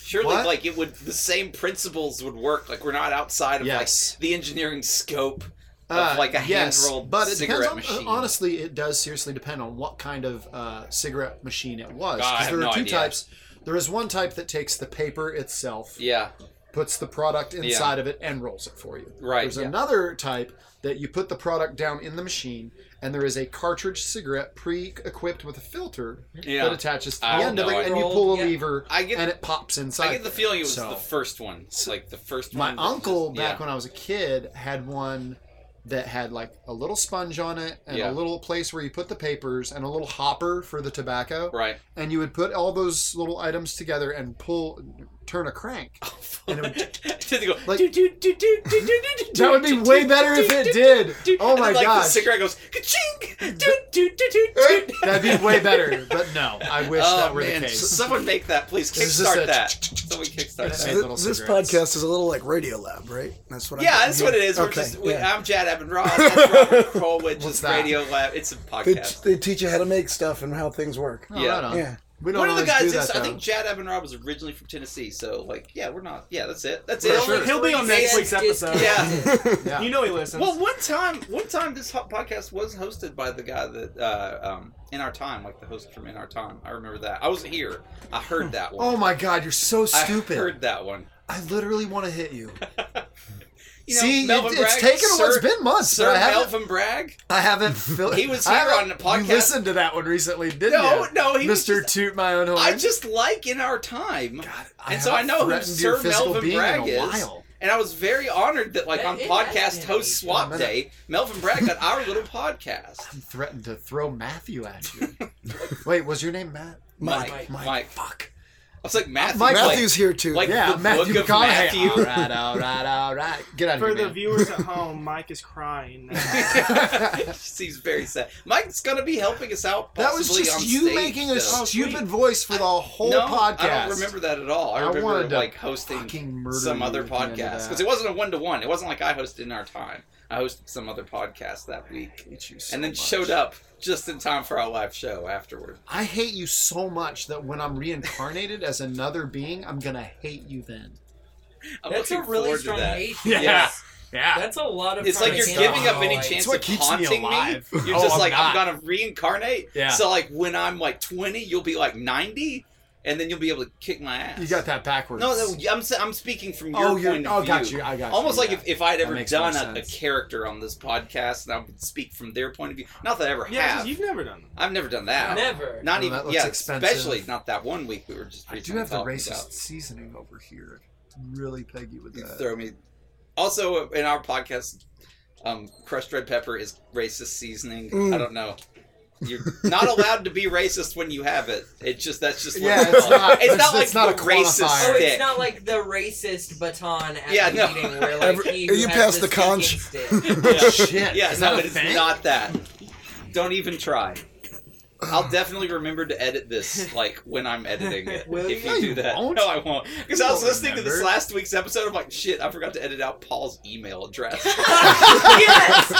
[SPEAKER 2] Surely,
[SPEAKER 1] What?
[SPEAKER 2] like it would, the same principles would work. Like we're not outside of
[SPEAKER 1] Yes.
[SPEAKER 2] like the engineering scope of
[SPEAKER 1] Uh,
[SPEAKER 2] like a
[SPEAKER 1] yes,
[SPEAKER 2] hand-rolled
[SPEAKER 1] but it depends
[SPEAKER 2] cigarette
[SPEAKER 1] on, uh,
[SPEAKER 2] machine.
[SPEAKER 1] Honestly, it does seriously depend on what kind of uh, cigarette machine it was.
[SPEAKER 2] God,
[SPEAKER 1] 'cause
[SPEAKER 2] I have
[SPEAKER 1] there are
[SPEAKER 2] no
[SPEAKER 1] two
[SPEAKER 2] idea.
[SPEAKER 1] types. There is one type that takes the paper itself,
[SPEAKER 2] yeah,
[SPEAKER 1] puts the product
[SPEAKER 2] Yeah.
[SPEAKER 1] inside of it and rolls it for you.
[SPEAKER 2] Right,
[SPEAKER 1] There's
[SPEAKER 2] yeah.
[SPEAKER 1] another type that you put the product down in the machine, and there is a cartridge cigarette pre-equipped with a filter
[SPEAKER 2] Yeah.
[SPEAKER 1] that attaches to the
[SPEAKER 2] I
[SPEAKER 1] end of
[SPEAKER 2] know, I
[SPEAKER 1] it, and you
[SPEAKER 3] know.
[SPEAKER 1] pull a
[SPEAKER 3] Yeah.
[SPEAKER 1] lever,
[SPEAKER 2] I get-
[SPEAKER 1] and it pops inside.
[SPEAKER 2] I get the feeling it was
[SPEAKER 1] So-
[SPEAKER 2] the first one. It's like the first
[SPEAKER 1] my
[SPEAKER 2] one. that
[SPEAKER 1] uncle
[SPEAKER 2] just-
[SPEAKER 1] back
[SPEAKER 2] yeah.
[SPEAKER 1] when I was a kid had one that had like a little sponge on it and a
[SPEAKER 2] Yeah.
[SPEAKER 1] little place where you put the papers and a little hopper for the tobacco.
[SPEAKER 2] Right.
[SPEAKER 1] And you would put all those little items together and pull, turn a
[SPEAKER 2] <laughs>
[SPEAKER 1] crank. And it
[SPEAKER 2] Just go,
[SPEAKER 1] Like-
[SPEAKER 2] "Do, do, do, do, do, do, do, do,
[SPEAKER 1] That would be
[SPEAKER 2] do,
[SPEAKER 1] way
[SPEAKER 2] do,
[SPEAKER 1] better
[SPEAKER 2] do,
[SPEAKER 1] if
[SPEAKER 2] do,
[SPEAKER 1] it
[SPEAKER 2] do,
[SPEAKER 1] did.
[SPEAKER 2] do."
[SPEAKER 1] Oh
[SPEAKER 2] And
[SPEAKER 1] my
[SPEAKER 2] then, like, The
[SPEAKER 1] gosh.
[SPEAKER 2] cigarette goes,
[SPEAKER 1] <laughs>
[SPEAKER 2] ka-ching, do, do, do, do, do.
[SPEAKER 1] That'd be way better. But no, I
[SPEAKER 2] <laughs>
[SPEAKER 1] wish
[SPEAKER 2] Oh,
[SPEAKER 1] that were
[SPEAKER 2] man.
[SPEAKER 1] the case.
[SPEAKER 2] Someone make that, please.
[SPEAKER 1] This is just
[SPEAKER 2] Kickstart
[SPEAKER 1] a-
[SPEAKER 2] that. Someone kickstart
[SPEAKER 1] It's
[SPEAKER 2] that.
[SPEAKER 1] made
[SPEAKER 6] Th-
[SPEAKER 1] little
[SPEAKER 6] this
[SPEAKER 1] cigarettes.
[SPEAKER 6] podcast is a little like Radio Lab, right? That's what. I'm
[SPEAKER 2] Yeah,
[SPEAKER 6] getting
[SPEAKER 2] that's
[SPEAKER 6] here.
[SPEAKER 2] what it is. We're
[SPEAKER 6] Okay,
[SPEAKER 2] just, we,
[SPEAKER 6] yeah.
[SPEAKER 2] I'm
[SPEAKER 1] <laughs>
[SPEAKER 2] Jad Abendroth. That's Robert Krolwich.
[SPEAKER 1] What's
[SPEAKER 2] It's
[SPEAKER 1] that?
[SPEAKER 2] Radio Lab. It's a
[SPEAKER 6] They,
[SPEAKER 2] podcast.
[SPEAKER 6] they teach you how to make stuff and how things work.
[SPEAKER 1] Oh,
[SPEAKER 2] Yeah.
[SPEAKER 1] right on.
[SPEAKER 6] Yeah.
[SPEAKER 1] We don't
[SPEAKER 2] One of the
[SPEAKER 1] always
[SPEAKER 2] guys
[SPEAKER 1] do
[SPEAKER 2] is,
[SPEAKER 1] that,
[SPEAKER 2] I
[SPEAKER 1] though.
[SPEAKER 2] think Jad Abendroth was originally from Tennessee, so, like, yeah, we're not. Yeah, that's it. That's
[SPEAKER 1] For
[SPEAKER 2] it.
[SPEAKER 1] sure.
[SPEAKER 5] He'll be on
[SPEAKER 3] Three
[SPEAKER 5] next week's
[SPEAKER 3] days
[SPEAKER 5] episode.
[SPEAKER 2] Yeah.
[SPEAKER 1] Yeah.
[SPEAKER 5] You know he listens.
[SPEAKER 2] Well, one time, one time, this ho- podcast was hosted by the guy that uh, um, in our time, like the host from in our time. I remember that. I wasn't here. I
[SPEAKER 1] <laughs>
[SPEAKER 2] heard that one.
[SPEAKER 1] Oh my god, you're so stupid.
[SPEAKER 2] I heard that one.
[SPEAKER 1] I literally want to hit you.
[SPEAKER 2] You know,
[SPEAKER 1] See, it-
[SPEAKER 2] Melvin
[SPEAKER 1] it's
[SPEAKER 2] Bragg,
[SPEAKER 1] taken.
[SPEAKER 2] Sir,
[SPEAKER 1] it's been months. but
[SPEAKER 2] Sir
[SPEAKER 1] I haven't
[SPEAKER 2] Melvin Bragg.
[SPEAKER 1] I
[SPEAKER 2] <laughs>
[SPEAKER 1] haven't. Fil-
[SPEAKER 2] He was
[SPEAKER 1] I
[SPEAKER 2] here
[SPEAKER 1] haven't-
[SPEAKER 2] on the podcast.
[SPEAKER 1] You listened to that one recently, didn't
[SPEAKER 2] No,
[SPEAKER 1] you?
[SPEAKER 2] no, he was
[SPEAKER 1] Mr.
[SPEAKER 2] just-
[SPEAKER 1] Toot my own horn.
[SPEAKER 2] I just like in our time,
[SPEAKER 1] I
[SPEAKER 2] and so I
[SPEAKER 1] haven't
[SPEAKER 2] know who
[SPEAKER 1] threatened your
[SPEAKER 2] Sir
[SPEAKER 1] physical
[SPEAKER 2] Melvin
[SPEAKER 1] being in
[SPEAKER 2] Bragg
[SPEAKER 1] a
[SPEAKER 2] is.
[SPEAKER 1] while.
[SPEAKER 2] And I was very honored that, like, on
[SPEAKER 3] It- it has
[SPEAKER 2] podcast
[SPEAKER 3] been
[SPEAKER 2] host
[SPEAKER 3] a
[SPEAKER 2] swap
[SPEAKER 1] minute.
[SPEAKER 2] day, Melvin Bragg got our little podcast.
[SPEAKER 1] I'm threatened to throw Matthew at
[SPEAKER 2] <laughs>
[SPEAKER 1] you. Wait, was your name Matt?
[SPEAKER 6] Mike.
[SPEAKER 3] Mike.
[SPEAKER 1] Mike.
[SPEAKER 2] Mike.
[SPEAKER 1] Fuck.
[SPEAKER 2] I was like, Matthew.
[SPEAKER 1] Mike-
[SPEAKER 2] like, <laughs>
[SPEAKER 6] Matthew's here too.
[SPEAKER 2] like
[SPEAKER 1] Yeah,
[SPEAKER 2] the
[SPEAKER 1] Matthew
[SPEAKER 2] book of
[SPEAKER 1] McConaughey.
[SPEAKER 2] Matthew.
[SPEAKER 1] All right, all right, all right. Get out of
[SPEAKER 5] For
[SPEAKER 1] here,
[SPEAKER 5] the
[SPEAKER 1] man.
[SPEAKER 5] viewers at home, Mike is crying.
[SPEAKER 2] <laughs>
[SPEAKER 5] Now.
[SPEAKER 2] Seems very sad. Mike's gonna be helping us out.
[SPEAKER 1] That was
[SPEAKER 2] possibly on
[SPEAKER 1] just you
[SPEAKER 2] stage,
[SPEAKER 1] making a
[SPEAKER 2] though.
[SPEAKER 1] stupid
[SPEAKER 5] sweet.
[SPEAKER 1] voice for the whole
[SPEAKER 2] no,
[SPEAKER 1] podcast.
[SPEAKER 2] I don't remember that at all. I
[SPEAKER 1] I
[SPEAKER 2] remember
[SPEAKER 1] wanted to
[SPEAKER 2] like hosting
[SPEAKER 1] Fucking murder
[SPEAKER 2] some
[SPEAKER 1] you
[SPEAKER 2] other
[SPEAKER 1] at the end of
[SPEAKER 2] podcast because
[SPEAKER 1] that.
[SPEAKER 2] it wasn't a one to one. It wasn't like I hosted in our time. I hosted some other podcast that week,
[SPEAKER 1] I hate you so
[SPEAKER 2] and then
[SPEAKER 1] much.
[SPEAKER 2] showed up just in time for our live show afterward.
[SPEAKER 1] I hate you so much that when I'm reincarnated as another being, I'm gonna hate you then.
[SPEAKER 2] I'm
[SPEAKER 3] That's a
[SPEAKER 2] looking
[SPEAKER 3] really
[SPEAKER 2] forward
[SPEAKER 3] strong
[SPEAKER 2] to that.
[SPEAKER 3] hate.
[SPEAKER 1] Yeah.
[SPEAKER 3] Yes.
[SPEAKER 1] Yeah.
[SPEAKER 3] That's a lot of.
[SPEAKER 2] It's like you're
[SPEAKER 3] content.
[SPEAKER 2] giving up
[SPEAKER 3] Oh,
[SPEAKER 2] any
[SPEAKER 3] like-
[SPEAKER 2] chance
[SPEAKER 1] what
[SPEAKER 2] of
[SPEAKER 1] keeps me
[SPEAKER 2] haunting me.
[SPEAKER 1] alive.
[SPEAKER 2] You're
[SPEAKER 1] Oh,
[SPEAKER 2] just
[SPEAKER 1] I'm
[SPEAKER 2] like, I'm
[SPEAKER 1] not.
[SPEAKER 2] gonna reincarnate.
[SPEAKER 1] Yeah.
[SPEAKER 2] So like when I'm like 20, you'll be like 90, and then you'll be able to kick my ass.
[SPEAKER 1] You got that backwards.
[SPEAKER 2] No, no, I'm s- I'm speaking from your
[SPEAKER 1] Oh, you're.
[SPEAKER 2] point
[SPEAKER 1] oh,
[SPEAKER 2] of view.
[SPEAKER 1] got you. I got you.
[SPEAKER 2] Almost like
[SPEAKER 1] yeah.
[SPEAKER 2] if, if I'd ever
[SPEAKER 1] makes more
[SPEAKER 2] done a, a
[SPEAKER 1] sense.
[SPEAKER 2] character on this podcast and I would speak from their point of view. Not that I ever
[SPEAKER 5] yeah, 'cause
[SPEAKER 2] have.
[SPEAKER 5] you've never done that.
[SPEAKER 2] I've never done that.
[SPEAKER 3] Never.
[SPEAKER 2] Not
[SPEAKER 1] No,
[SPEAKER 2] even
[SPEAKER 1] Oh, that looks
[SPEAKER 2] yeah,
[SPEAKER 1] expensive.
[SPEAKER 2] especially not that one week we were just.
[SPEAKER 1] I do
[SPEAKER 2] recently
[SPEAKER 1] have the
[SPEAKER 2] talking
[SPEAKER 1] racist uh,
[SPEAKER 2] about.
[SPEAKER 1] seasoning over here. Really peg you with
[SPEAKER 2] You
[SPEAKER 1] that.
[SPEAKER 2] throw me. Also, in our podcast, um, crushed red pepper is racist seasoning.
[SPEAKER 1] Mm.
[SPEAKER 2] I don't know. You're
[SPEAKER 1] <laughs>
[SPEAKER 2] not allowed to be racist when you have it. It's just that's just what
[SPEAKER 1] Yeah,
[SPEAKER 2] it's,
[SPEAKER 1] it's
[SPEAKER 2] called.
[SPEAKER 1] not-
[SPEAKER 2] it's
[SPEAKER 1] it's-
[SPEAKER 2] not like
[SPEAKER 1] it's not
[SPEAKER 2] the
[SPEAKER 1] a
[SPEAKER 2] racist
[SPEAKER 1] quantifier.
[SPEAKER 3] Oh,
[SPEAKER 2] stick.
[SPEAKER 3] it's not like the racist baton at
[SPEAKER 2] Yeah,
[SPEAKER 3] the
[SPEAKER 2] no.
[SPEAKER 3] meeting where like
[SPEAKER 6] Every-
[SPEAKER 3] he who
[SPEAKER 6] you
[SPEAKER 3] has
[SPEAKER 6] pass the
[SPEAKER 3] stick
[SPEAKER 6] conch.
[SPEAKER 3] gets
[SPEAKER 6] <laughs>
[SPEAKER 3] <laughs> it.
[SPEAKER 1] <laughs>
[SPEAKER 2] Yeah.
[SPEAKER 1] Shit.
[SPEAKER 2] Yeah,
[SPEAKER 1] is
[SPEAKER 2] no,
[SPEAKER 1] that a
[SPEAKER 2] but it's
[SPEAKER 1] thing?
[SPEAKER 2] not that. Don't even try. I'll definitely remember to edit this, like when I'm editing it.
[SPEAKER 3] Will
[SPEAKER 2] if
[SPEAKER 1] you?
[SPEAKER 2] you,
[SPEAKER 1] No,
[SPEAKER 2] do
[SPEAKER 1] you
[SPEAKER 2] that,
[SPEAKER 1] won't.
[SPEAKER 2] no, I won't. Because
[SPEAKER 1] You
[SPEAKER 2] I was
[SPEAKER 1] won't
[SPEAKER 2] listening to this
[SPEAKER 1] remember.
[SPEAKER 2] last week's episode. I'm like, shit, I forgot to edit out Paul's email address.
[SPEAKER 7] yes,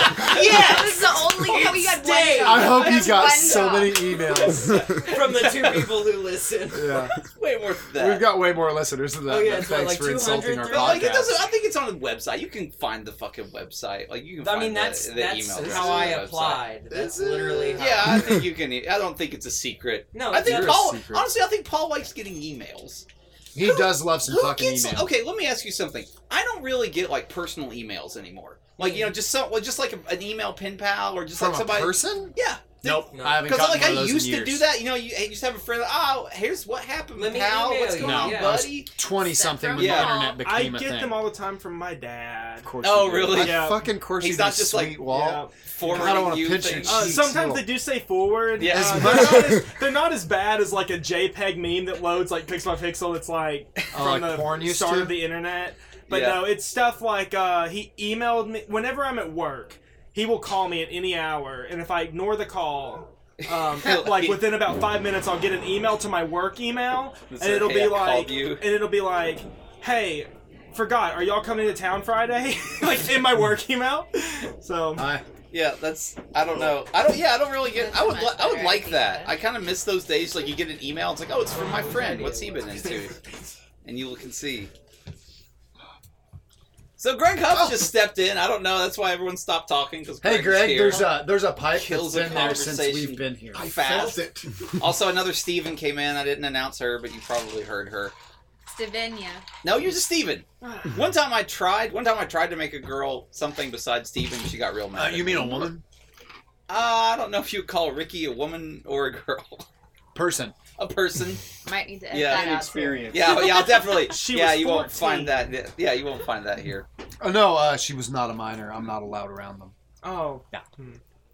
[SPEAKER 7] yes. This is the only. You got one.
[SPEAKER 3] Stay.
[SPEAKER 7] job.
[SPEAKER 1] I hope you
[SPEAKER 7] That's
[SPEAKER 1] got
[SPEAKER 7] one
[SPEAKER 1] so
[SPEAKER 7] job.
[SPEAKER 1] many
[SPEAKER 2] <laughs>
[SPEAKER 1] emails.
[SPEAKER 3] from the two people who listen.
[SPEAKER 1] yeah.
[SPEAKER 2] Way more than that.
[SPEAKER 1] We've got way more listeners than that.
[SPEAKER 3] Oh, yeah,
[SPEAKER 1] but
[SPEAKER 3] it's what,
[SPEAKER 1] thanks
[SPEAKER 3] like
[SPEAKER 1] for insulting our
[SPEAKER 3] 200,
[SPEAKER 2] but like it doesn't.
[SPEAKER 1] podcast.
[SPEAKER 2] I think it's on the website. You can find the fucking website. Like you can.
[SPEAKER 3] I
[SPEAKER 2] Find
[SPEAKER 3] mean, that's
[SPEAKER 2] the, the
[SPEAKER 3] that's
[SPEAKER 2] email address
[SPEAKER 3] how
[SPEAKER 2] on
[SPEAKER 3] I
[SPEAKER 2] the website.
[SPEAKER 3] applied. That's
[SPEAKER 1] Is it?
[SPEAKER 3] literally how. Oh,
[SPEAKER 2] Yeah, I think you can. I don't think it's a secret.
[SPEAKER 3] <laughs> No,
[SPEAKER 2] I think
[SPEAKER 3] it's
[SPEAKER 1] not.
[SPEAKER 2] Paul.
[SPEAKER 1] Secret.
[SPEAKER 2] Honestly, I think Paul likes getting emails.
[SPEAKER 1] He does love some
[SPEAKER 2] Who
[SPEAKER 1] fucking
[SPEAKER 2] gets-
[SPEAKER 1] emails.
[SPEAKER 2] Okay, let me ask you something. I don't really get like personal emails anymore. Like you know, just so, well, just like a, an email pen pal or just
[SPEAKER 1] From
[SPEAKER 2] like
[SPEAKER 1] a
[SPEAKER 2] somebody.
[SPEAKER 1] person?
[SPEAKER 2] Yeah.
[SPEAKER 1] Nope.
[SPEAKER 3] No.
[SPEAKER 1] I haven't
[SPEAKER 2] Because
[SPEAKER 1] gotten
[SPEAKER 2] like
[SPEAKER 1] one of
[SPEAKER 2] I
[SPEAKER 1] those in
[SPEAKER 2] used to
[SPEAKER 1] years.
[SPEAKER 2] do that, you know, you, and you just have a friend. Like, oh, here's what happened,
[SPEAKER 3] Let me
[SPEAKER 2] pal.
[SPEAKER 3] email
[SPEAKER 2] What's
[SPEAKER 3] you."
[SPEAKER 2] going on,
[SPEAKER 3] Yeah.
[SPEAKER 2] buddy?
[SPEAKER 1] Twenty something when
[SPEAKER 2] Yeah.
[SPEAKER 1] the internet
[SPEAKER 5] I
[SPEAKER 1] became a
[SPEAKER 5] get
[SPEAKER 1] thing.
[SPEAKER 5] them all the time from my dad.
[SPEAKER 1] Of course
[SPEAKER 2] Oh,
[SPEAKER 1] you do.
[SPEAKER 2] really?
[SPEAKER 1] Like,
[SPEAKER 5] Yeah.
[SPEAKER 1] Fucking course
[SPEAKER 2] He's
[SPEAKER 1] you
[SPEAKER 2] not
[SPEAKER 1] do,
[SPEAKER 2] just like-
[SPEAKER 1] sweet Walt.
[SPEAKER 5] Yeah.
[SPEAKER 2] Forwarding
[SPEAKER 1] I don't wanna
[SPEAKER 2] you
[SPEAKER 1] pinch your
[SPEAKER 2] things.
[SPEAKER 5] Uh,
[SPEAKER 1] cheeks.
[SPEAKER 5] sometimes they do say forward.
[SPEAKER 2] Yeah.
[SPEAKER 5] Uh, they're, not as, they're not as bad as like a JPEG meme that loads like pixel by pixel. It's like
[SPEAKER 1] Oh,
[SPEAKER 5] from
[SPEAKER 1] like porn
[SPEAKER 5] the
[SPEAKER 1] used
[SPEAKER 5] start
[SPEAKER 1] to?
[SPEAKER 5] of the internet. But
[SPEAKER 2] Yeah.
[SPEAKER 5] no, it's stuff like uh, he emailed me whenever I'm at work. He will call me at any hour, and if I ignore the call, um, like within about five minutes, I'll get an email to my work email,
[SPEAKER 2] It's
[SPEAKER 5] and it'll
[SPEAKER 2] okay,
[SPEAKER 5] be
[SPEAKER 2] I called
[SPEAKER 5] like,
[SPEAKER 2] you.
[SPEAKER 5] and it'll be like, hey. Forgot. Are y'all coming to town Friday? <laughs> like in my work email. So
[SPEAKER 1] I-
[SPEAKER 2] Yeah, that's. I don't know. I don't. Yeah, I don't really get. I would.
[SPEAKER 7] That's
[SPEAKER 2] Li-
[SPEAKER 7] a much
[SPEAKER 2] I would
[SPEAKER 7] better
[SPEAKER 2] like that.
[SPEAKER 7] idea.
[SPEAKER 2] I kind of miss those days. Like you get an email. It's like, oh, it's from my friend. What's he been into?
[SPEAKER 1] <laughs>
[SPEAKER 2] And you look and see. So Greg Huff just stepped in. I don't know. That's why everyone stopped talking. Because
[SPEAKER 1] Oh. Hey Greg, there's a there's a pipe
[SPEAKER 2] Kills
[SPEAKER 1] that's
[SPEAKER 2] a
[SPEAKER 1] been there since
[SPEAKER 2] conversation.
[SPEAKER 1] we've been here.
[SPEAKER 2] fast.
[SPEAKER 6] <laughs> felt it.
[SPEAKER 2] Also, another Steven came in. I didn't announce her, but you probably heard her.
[SPEAKER 7] Stevinia.
[SPEAKER 2] No, use a Steven. One time I tried. One time I tried to make a girl something besides Steven. She got real mad.
[SPEAKER 1] Uh,
[SPEAKER 2] at
[SPEAKER 1] you mean
[SPEAKER 2] me.
[SPEAKER 1] a woman?
[SPEAKER 2] Uh, I don't know if you call Ricky a woman or a girl.
[SPEAKER 1] Person.
[SPEAKER 2] A person.
[SPEAKER 7] Might need to edit
[SPEAKER 2] Yeah,
[SPEAKER 7] that out.
[SPEAKER 8] experience.
[SPEAKER 2] Yeah, yeah, I'll definitely.
[SPEAKER 5] She
[SPEAKER 2] yeah,
[SPEAKER 5] was
[SPEAKER 2] you won't
[SPEAKER 5] 14.
[SPEAKER 2] find that. Yeah, you won't find that here.
[SPEAKER 1] Oh, no, uh, she was not a minor. I'm not allowed around them.
[SPEAKER 5] Oh,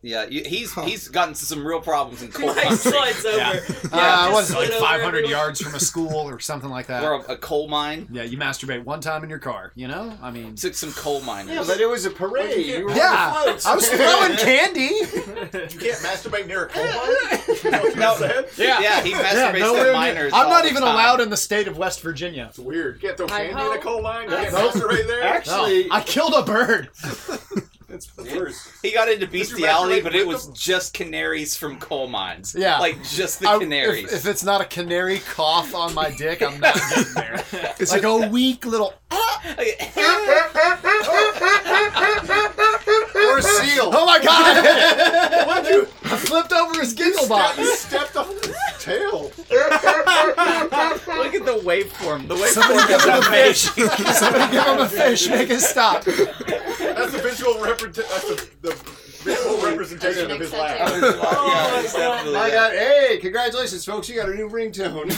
[SPEAKER 2] Yeah, you, he's he's gotten into some real problems in <laughs>
[SPEAKER 3] <laughs>
[SPEAKER 2] cold
[SPEAKER 3] My
[SPEAKER 2] country.
[SPEAKER 3] slide's over.
[SPEAKER 1] Yeah.
[SPEAKER 3] Yeah,
[SPEAKER 1] uh, what is
[SPEAKER 3] just
[SPEAKER 1] it, like
[SPEAKER 3] slid over
[SPEAKER 1] 500
[SPEAKER 3] everyone.
[SPEAKER 1] yards from a school or something like that?
[SPEAKER 2] Or a, a coal mine.
[SPEAKER 1] yeah, you masturbate one time in your car, you know? I mean,
[SPEAKER 2] Took some coal
[SPEAKER 8] Yeah,
[SPEAKER 2] miners.
[SPEAKER 8] but it was a parade.
[SPEAKER 3] <laughs>
[SPEAKER 8] You were on the
[SPEAKER 1] yeah,
[SPEAKER 8] floats.
[SPEAKER 1] I was throwing candy.
[SPEAKER 8] You can't masturbate near
[SPEAKER 1] <laughs>
[SPEAKER 8] a coal mine. You know what I'm saying?
[SPEAKER 2] Yeah, he masturbates
[SPEAKER 1] nowhere
[SPEAKER 2] to
[SPEAKER 1] near-
[SPEAKER 2] miners.
[SPEAKER 1] I'm
[SPEAKER 2] all
[SPEAKER 1] not
[SPEAKER 2] the
[SPEAKER 1] even
[SPEAKER 2] time.
[SPEAKER 1] allowed in the state of West Virginia.
[SPEAKER 8] It's weird. You can't throw
[SPEAKER 3] I
[SPEAKER 8] candy in a
[SPEAKER 3] hope-
[SPEAKER 8] coal mine. You
[SPEAKER 3] I
[SPEAKER 8] can't
[SPEAKER 1] hope-
[SPEAKER 8] masturbate there.
[SPEAKER 1] No,
[SPEAKER 8] Actually,
[SPEAKER 1] I killed a bird.
[SPEAKER 8] it's the worst.
[SPEAKER 2] He got into
[SPEAKER 8] Does your
[SPEAKER 2] bestiality,
[SPEAKER 8] masturbate
[SPEAKER 2] but it
[SPEAKER 8] with
[SPEAKER 2] was just canaries from coal mines.
[SPEAKER 1] Yeah.
[SPEAKER 2] like just the
[SPEAKER 1] I-
[SPEAKER 2] canaries.
[SPEAKER 1] if, if it's not a canary cough on my dick, I'm not getting there. It's like a weak little. <laughs>
[SPEAKER 8] Or a seal.
[SPEAKER 1] Oh my god! what you? I <laughs> flipped over his giggle box.
[SPEAKER 8] You stepped on his tail.
[SPEAKER 2] Look at the waveform. The
[SPEAKER 1] Somebody
[SPEAKER 2] waveform
[SPEAKER 1] give
[SPEAKER 2] is
[SPEAKER 1] him a fish.
[SPEAKER 2] amazing.
[SPEAKER 1] <laughs> Somebody give him a fish. Make it stop.
[SPEAKER 8] That's the visual repre- That's the, the
[SPEAKER 2] <laughs>
[SPEAKER 8] visual representation of his
[SPEAKER 7] That
[SPEAKER 8] laugh.
[SPEAKER 7] should
[SPEAKER 3] Oh
[SPEAKER 2] yeah, it's definitely
[SPEAKER 8] I
[SPEAKER 2] that.
[SPEAKER 8] got. Hey, congratulations, folks! You got a new
[SPEAKER 2] <laughs>
[SPEAKER 8] ringtone.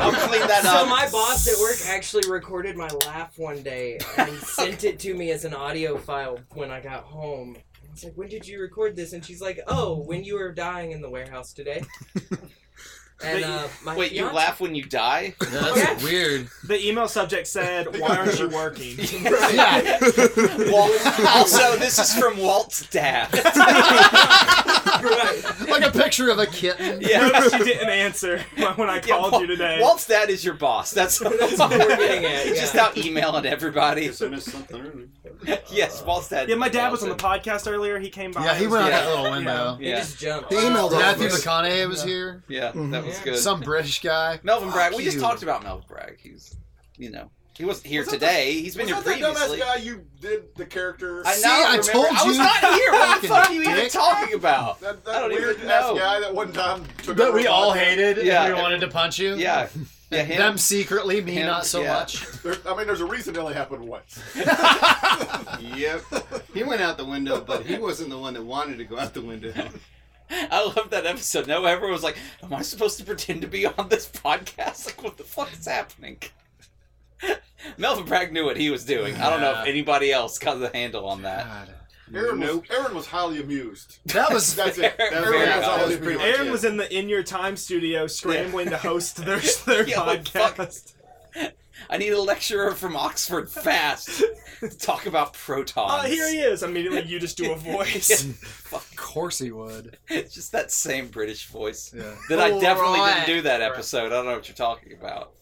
[SPEAKER 2] I'll clean that up.
[SPEAKER 3] So my boss at work actually recorded my laugh one day
[SPEAKER 2] <laughs>
[SPEAKER 3] and sent it to me as an audio file when I got home. I was like, "When did you record this?" And she's like, "Oh, when you were dying in the warehouse
[SPEAKER 2] <laughs>
[SPEAKER 3] today." And uh, my
[SPEAKER 2] Wait, you
[SPEAKER 3] fiance-
[SPEAKER 2] laugh when you die?
[SPEAKER 3] Yeah.
[SPEAKER 1] weird.
[SPEAKER 5] the email subject said, "Why aren't you working?"
[SPEAKER 1] <laughs> Yeah.
[SPEAKER 2] Walt. Also, this is from Walt's
[SPEAKER 1] <laughs>
[SPEAKER 2] dad.
[SPEAKER 1] Like a picture of a kitten.
[SPEAKER 5] Notice
[SPEAKER 2] yeah.
[SPEAKER 5] you didn't answer <laughs> when I
[SPEAKER 2] Yeah,
[SPEAKER 5] called
[SPEAKER 2] Walt-
[SPEAKER 5] you today.
[SPEAKER 2] Walt's dad is your boss.
[SPEAKER 5] <laughs>
[SPEAKER 2] That's,
[SPEAKER 3] That's what we're getting at,
[SPEAKER 2] He's Just
[SPEAKER 3] yeah.
[SPEAKER 2] out emailing everybody.
[SPEAKER 8] I missed something.
[SPEAKER 2] <laughs> Yes, Walt's dad.
[SPEAKER 5] yeah, my dad was on the
[SPEAKER 2] emails
[SPEAKER 5] podcast earlier. He came by.
[SPEAKER 1] Yeah, he went out
[SPEAKER 2] Yeah.
[SPEAKER 1] that little window.
[SPEAKER 2] him.
[SPEAKER 3] He
[SPEAKER 2] Yeah,
[SPEAKER 3] just jumped.
[SPEAKER 6] He emailed all of
[SPEAKER 1] Matthew
[SPEAKER 6] us.
[SPEAKER 1] McConaughey was here.
[SPEAKER 2] yeah, that was
[SPEAKER 3] Yeah.
[SPEAKER 2] good.
[SPEAKER 1] Mm-hmm. Some British guy.
[SPEAKER 2] Melvin Bragg.
[SPEAKER 1] Fuck
[SPEAKER 2] We just
[SPEAKER 1] you.
[SPEAKER 2] talked about Melvin Bragg. He's, you know, he wasn't here
[SPEAKER 8] Was that
[SPEAKER 2] today. He's been
[SPEAKER 8] Was
[SPEAKER 2] here
[SPEAKER 8] that that dumbass
[SPEAKER 2] previously.
[SPEAKER 8] guy you did the character?
[SPEAKER 2] I know.
[SPEAKER 1] See, I
[SPEAKER 2] remember.
[SPEAKER 1] told
[SPEAKER 2] I was
[SPEAKER 1] you.
[SPEAKER 2] not here. What the fuck are you
[SPEAKER 1] Fucking
[SPEAKER 2] even
[SPEAKER 1] dick.
[SPEAKER 2] talking about?
[SPEAKER 8] That,
[SPEAKER 2] I
[SPEAKER 8] that
[SPEAKER 2] don't
[SPEAKER 8] weird
[SPEAKER 2] even
[SPEAKER 8] ass
[SPEAKER 2] know.
[SPEAKER 8] guy that one time took
[SPEAKER 1] That
[SPEAKER 8] over
[SPEAKER 1] we
[SPEAKER 8] a
[SPEAKER 1] all
[SPEAKER 8] podcast.
[SPEAKER 1] hated. and
[SPEAKER 2] Yeah.
[SPEAKER 1] We wanted to punch you.
[SPEAKER 2] Yeah, yeah. Him.
[SPEAKER 1] Them secretly, me
[SPEAKER 2] Him,
[SPEAKER 1] not so
[SPEAKER 2] yeah. <laughs>
[SPEAKER 1] much.
[SPEAKER 8] There, I mean, there's a reason it only happened once.
[SPEAKER 9] Yep. He went out the window, but he wasn't the one that wanted to go out
[SPEAKER 1] <laughs>
[SPEAKER 9] the window.
[SPEAKER 2] I love that episode. Now everyone was like, "Am I supposed to pretend to be on this podcast? <laughs> Like, what the fuck is happening?" <laughs> Melvin Bragg knew what he was doing. I don't know if
[SPEAKER 1] Yeah.
[SPEAKER 2] anybody else got the handle on that.
[SPEAKER 1] God.
[SPEAKER 8] Aaron,
[SPEAKER 9] Nope.
[SPEAKER 8] was, Aaron was
[SPEAKER 2] <laughs>
[SPEAKER 8] highly amused.
[SPEAKER 1] That was
[SPEAKER 8] That's it.
[SPEAKER 2] Aaron-
[SPEAKER 8] Aaron
[SPEAKER 2] Aaron
[SPEAKER 8] was
[SPEAKER 2] was
[SPEAKER 8] highly
[SPEAKER 9] pretty
[SPEAKER 8] amused.
[SPEAKER 9] much-
[SPEAKER 5] Aaron was in the In Your Time studio scrambling to host their, <laughs> their
[SPEAKER 2] Yeah, what the fuck?
[SPEAKER 5] podcast.
[SPEAKER 2] I need a lecturer from Oxford fast to talk about protons.
[SPEAKER 5] Oh,
[SPEAKER 2] <laughs>
[SPEAKER 5] here he is. Immediately, you just do a voice.
[SPEAKER 1] Of course he would.
[SPEAKER 2] It's just that same British voice
[SPEAKER 1] Yeah.
[SPEAKER 2] that I
[SPEAKER 1] All
[SPEAKER 2] definitely
[SPEAKER 1] right.
[SPEAKER 2] didn't do that episode. I don't know what you're talking about.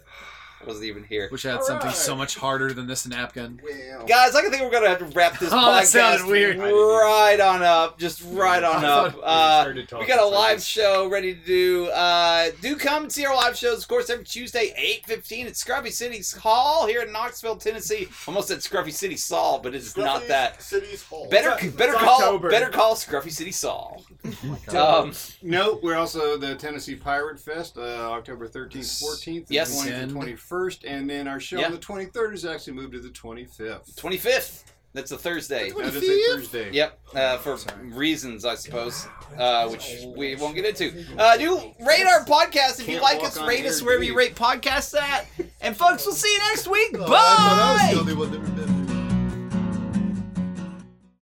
[SPEAKER 2] I wasn't even here.
[SPEAKER 1] Wish I had something so much harder than this napkin.
[SPEAKER 9] Well,
[SPEAKER 2] Guys, I think we're gonna have to wrap this
[SPEAKER 1] Oh, that
[SPEAKER 2] podcast
[SPEAKER 1] sounded weird.
[SPEAKER 2] right on up, just right on
[SPEAKER 1] I
[SPEAKER 2] up.
[SPEAKER 1] thought we
[SPEAKER 2] Uh,
[SPEAKER 9] Oh,
[SPEAKER 1] started
[SPEAKER 2] we
[SPEAKER 1] talking
[SPEAKER 2] got a
[SPEAKER 1] about
[SPEAKER 2] live
[SPEAKER 1] this.
[SPEAKER 2] show ready to do. Uh, do come see our live shows, of course, every Tuesday, eight fifteen at Scruffy City Hall here in Knoxville, Tennessee. Almost at Scruffy City Saul, but it's not
[SPEAKER 8] Scruffy's
[SPEAKER 2] that.
[SPEAKER 8] City's Hall.
[SPEAKER 2] Better,
[SPEAKER 5] It's
[SPEAKER 2] better call,
[SPEAKER 5] October.
[SPEAKER 2] better call Scruffy City Saul.
[SPEAKER 1] God.
[SPEAKER 2] Um,
[SPEAKER 9] no, we're also the Tennessee Pirate Fest, uh, October 13th, 14th, the
[SPEAKER 2] Yes.
[SPEAKER 9] 20th, and 21st, and then our show
[SPEAKER 2] Yeah.
[SPEAKER 9] on the 23rd is actually moved to the 25th.
[SPEAKER 2] twenty fifth. That's a Thursday.
[SPEAKER 9] That is a Thursday.
[SPEAKER 2] Yep, uh, for reasons, I suppose, uh, which we won't get into. Uh, do rate our podcast if you
[SPEAKER 9] Can't
[SPEAKER 2] like
[SPEAKER 9] walk
[SPEAKER 2] us.
[SPEAKER 9] on
[SPEAKER 2] Rate
[SPEAKER 9] air,
[SPEAKER 2] us wherever you
[SPEAKER 9] dude. Oh,
[SPEAKER 2] rate podcasts at. And folks, we'll see you next week.
[SPEAKER 8] I thought I was
[SPEAKER 2] Bye.
[SPEAKER 8] the only one that remembered.